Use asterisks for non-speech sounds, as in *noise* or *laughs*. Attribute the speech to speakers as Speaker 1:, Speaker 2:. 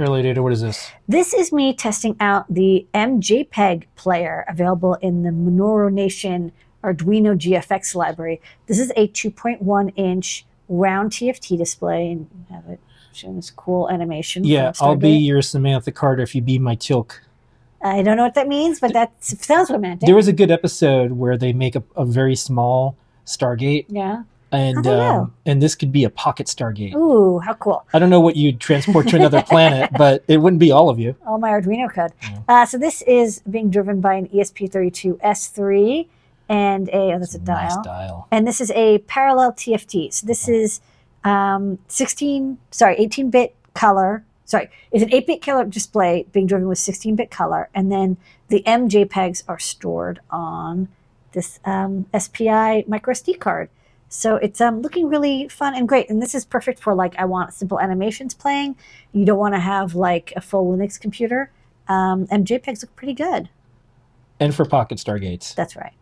Speaker 1: Early data, what is this?
Speaker 2: This is me testing out the MJPEG player available in the Minoru Nation Arduino GFX library. This is a 2.1 inch round TFT display, and you have it showing this cool animation. from
Speaker 1: Yeah, I'll be
Speaker 2: Stargate.
Speaker 1: your Samantha Carter if you be my Tilk.
Speaker 2: I don't know what that means, but that sounds romantic.
Speaker 1: There was a good episode where they make a, a very small Stargate,
Speaker 2: yeah.
Speaker 1: and
Speaker 2: don't know.
Speaker 1: um, and this could be a pocket Stargate.
Speaker 2: Ooh, how cool.
Speaker 1: I don't know what you'd transport to
Speaker 2: *laughs*
Speaker 1: another planet, but it wouldn't be all of you.
Speaker 2: all my Arduino code.
Speaker 1: Yeah.
Speaker 2: Uh, so this is being driven by an E ESP32S3 and a oh, that's a dial.
Speaker 1: Nice dial.
Speaker 2: And this is a parallel TFT. So this is um, 16, sorry, 18-bit color. Sorry, it's an 8-bit color display being driven with 16-bit color, and then the MJPEGs are stored on this um, SPI micro SD card. So it's um, looking really fun and great. And this is perfect for like I want simple animations playing. You don't want to have like a full Linux computer. Um, MJPEGs look pretty good.
Speaker 1: And for pocket Stargates.
Speaker 2: That's right.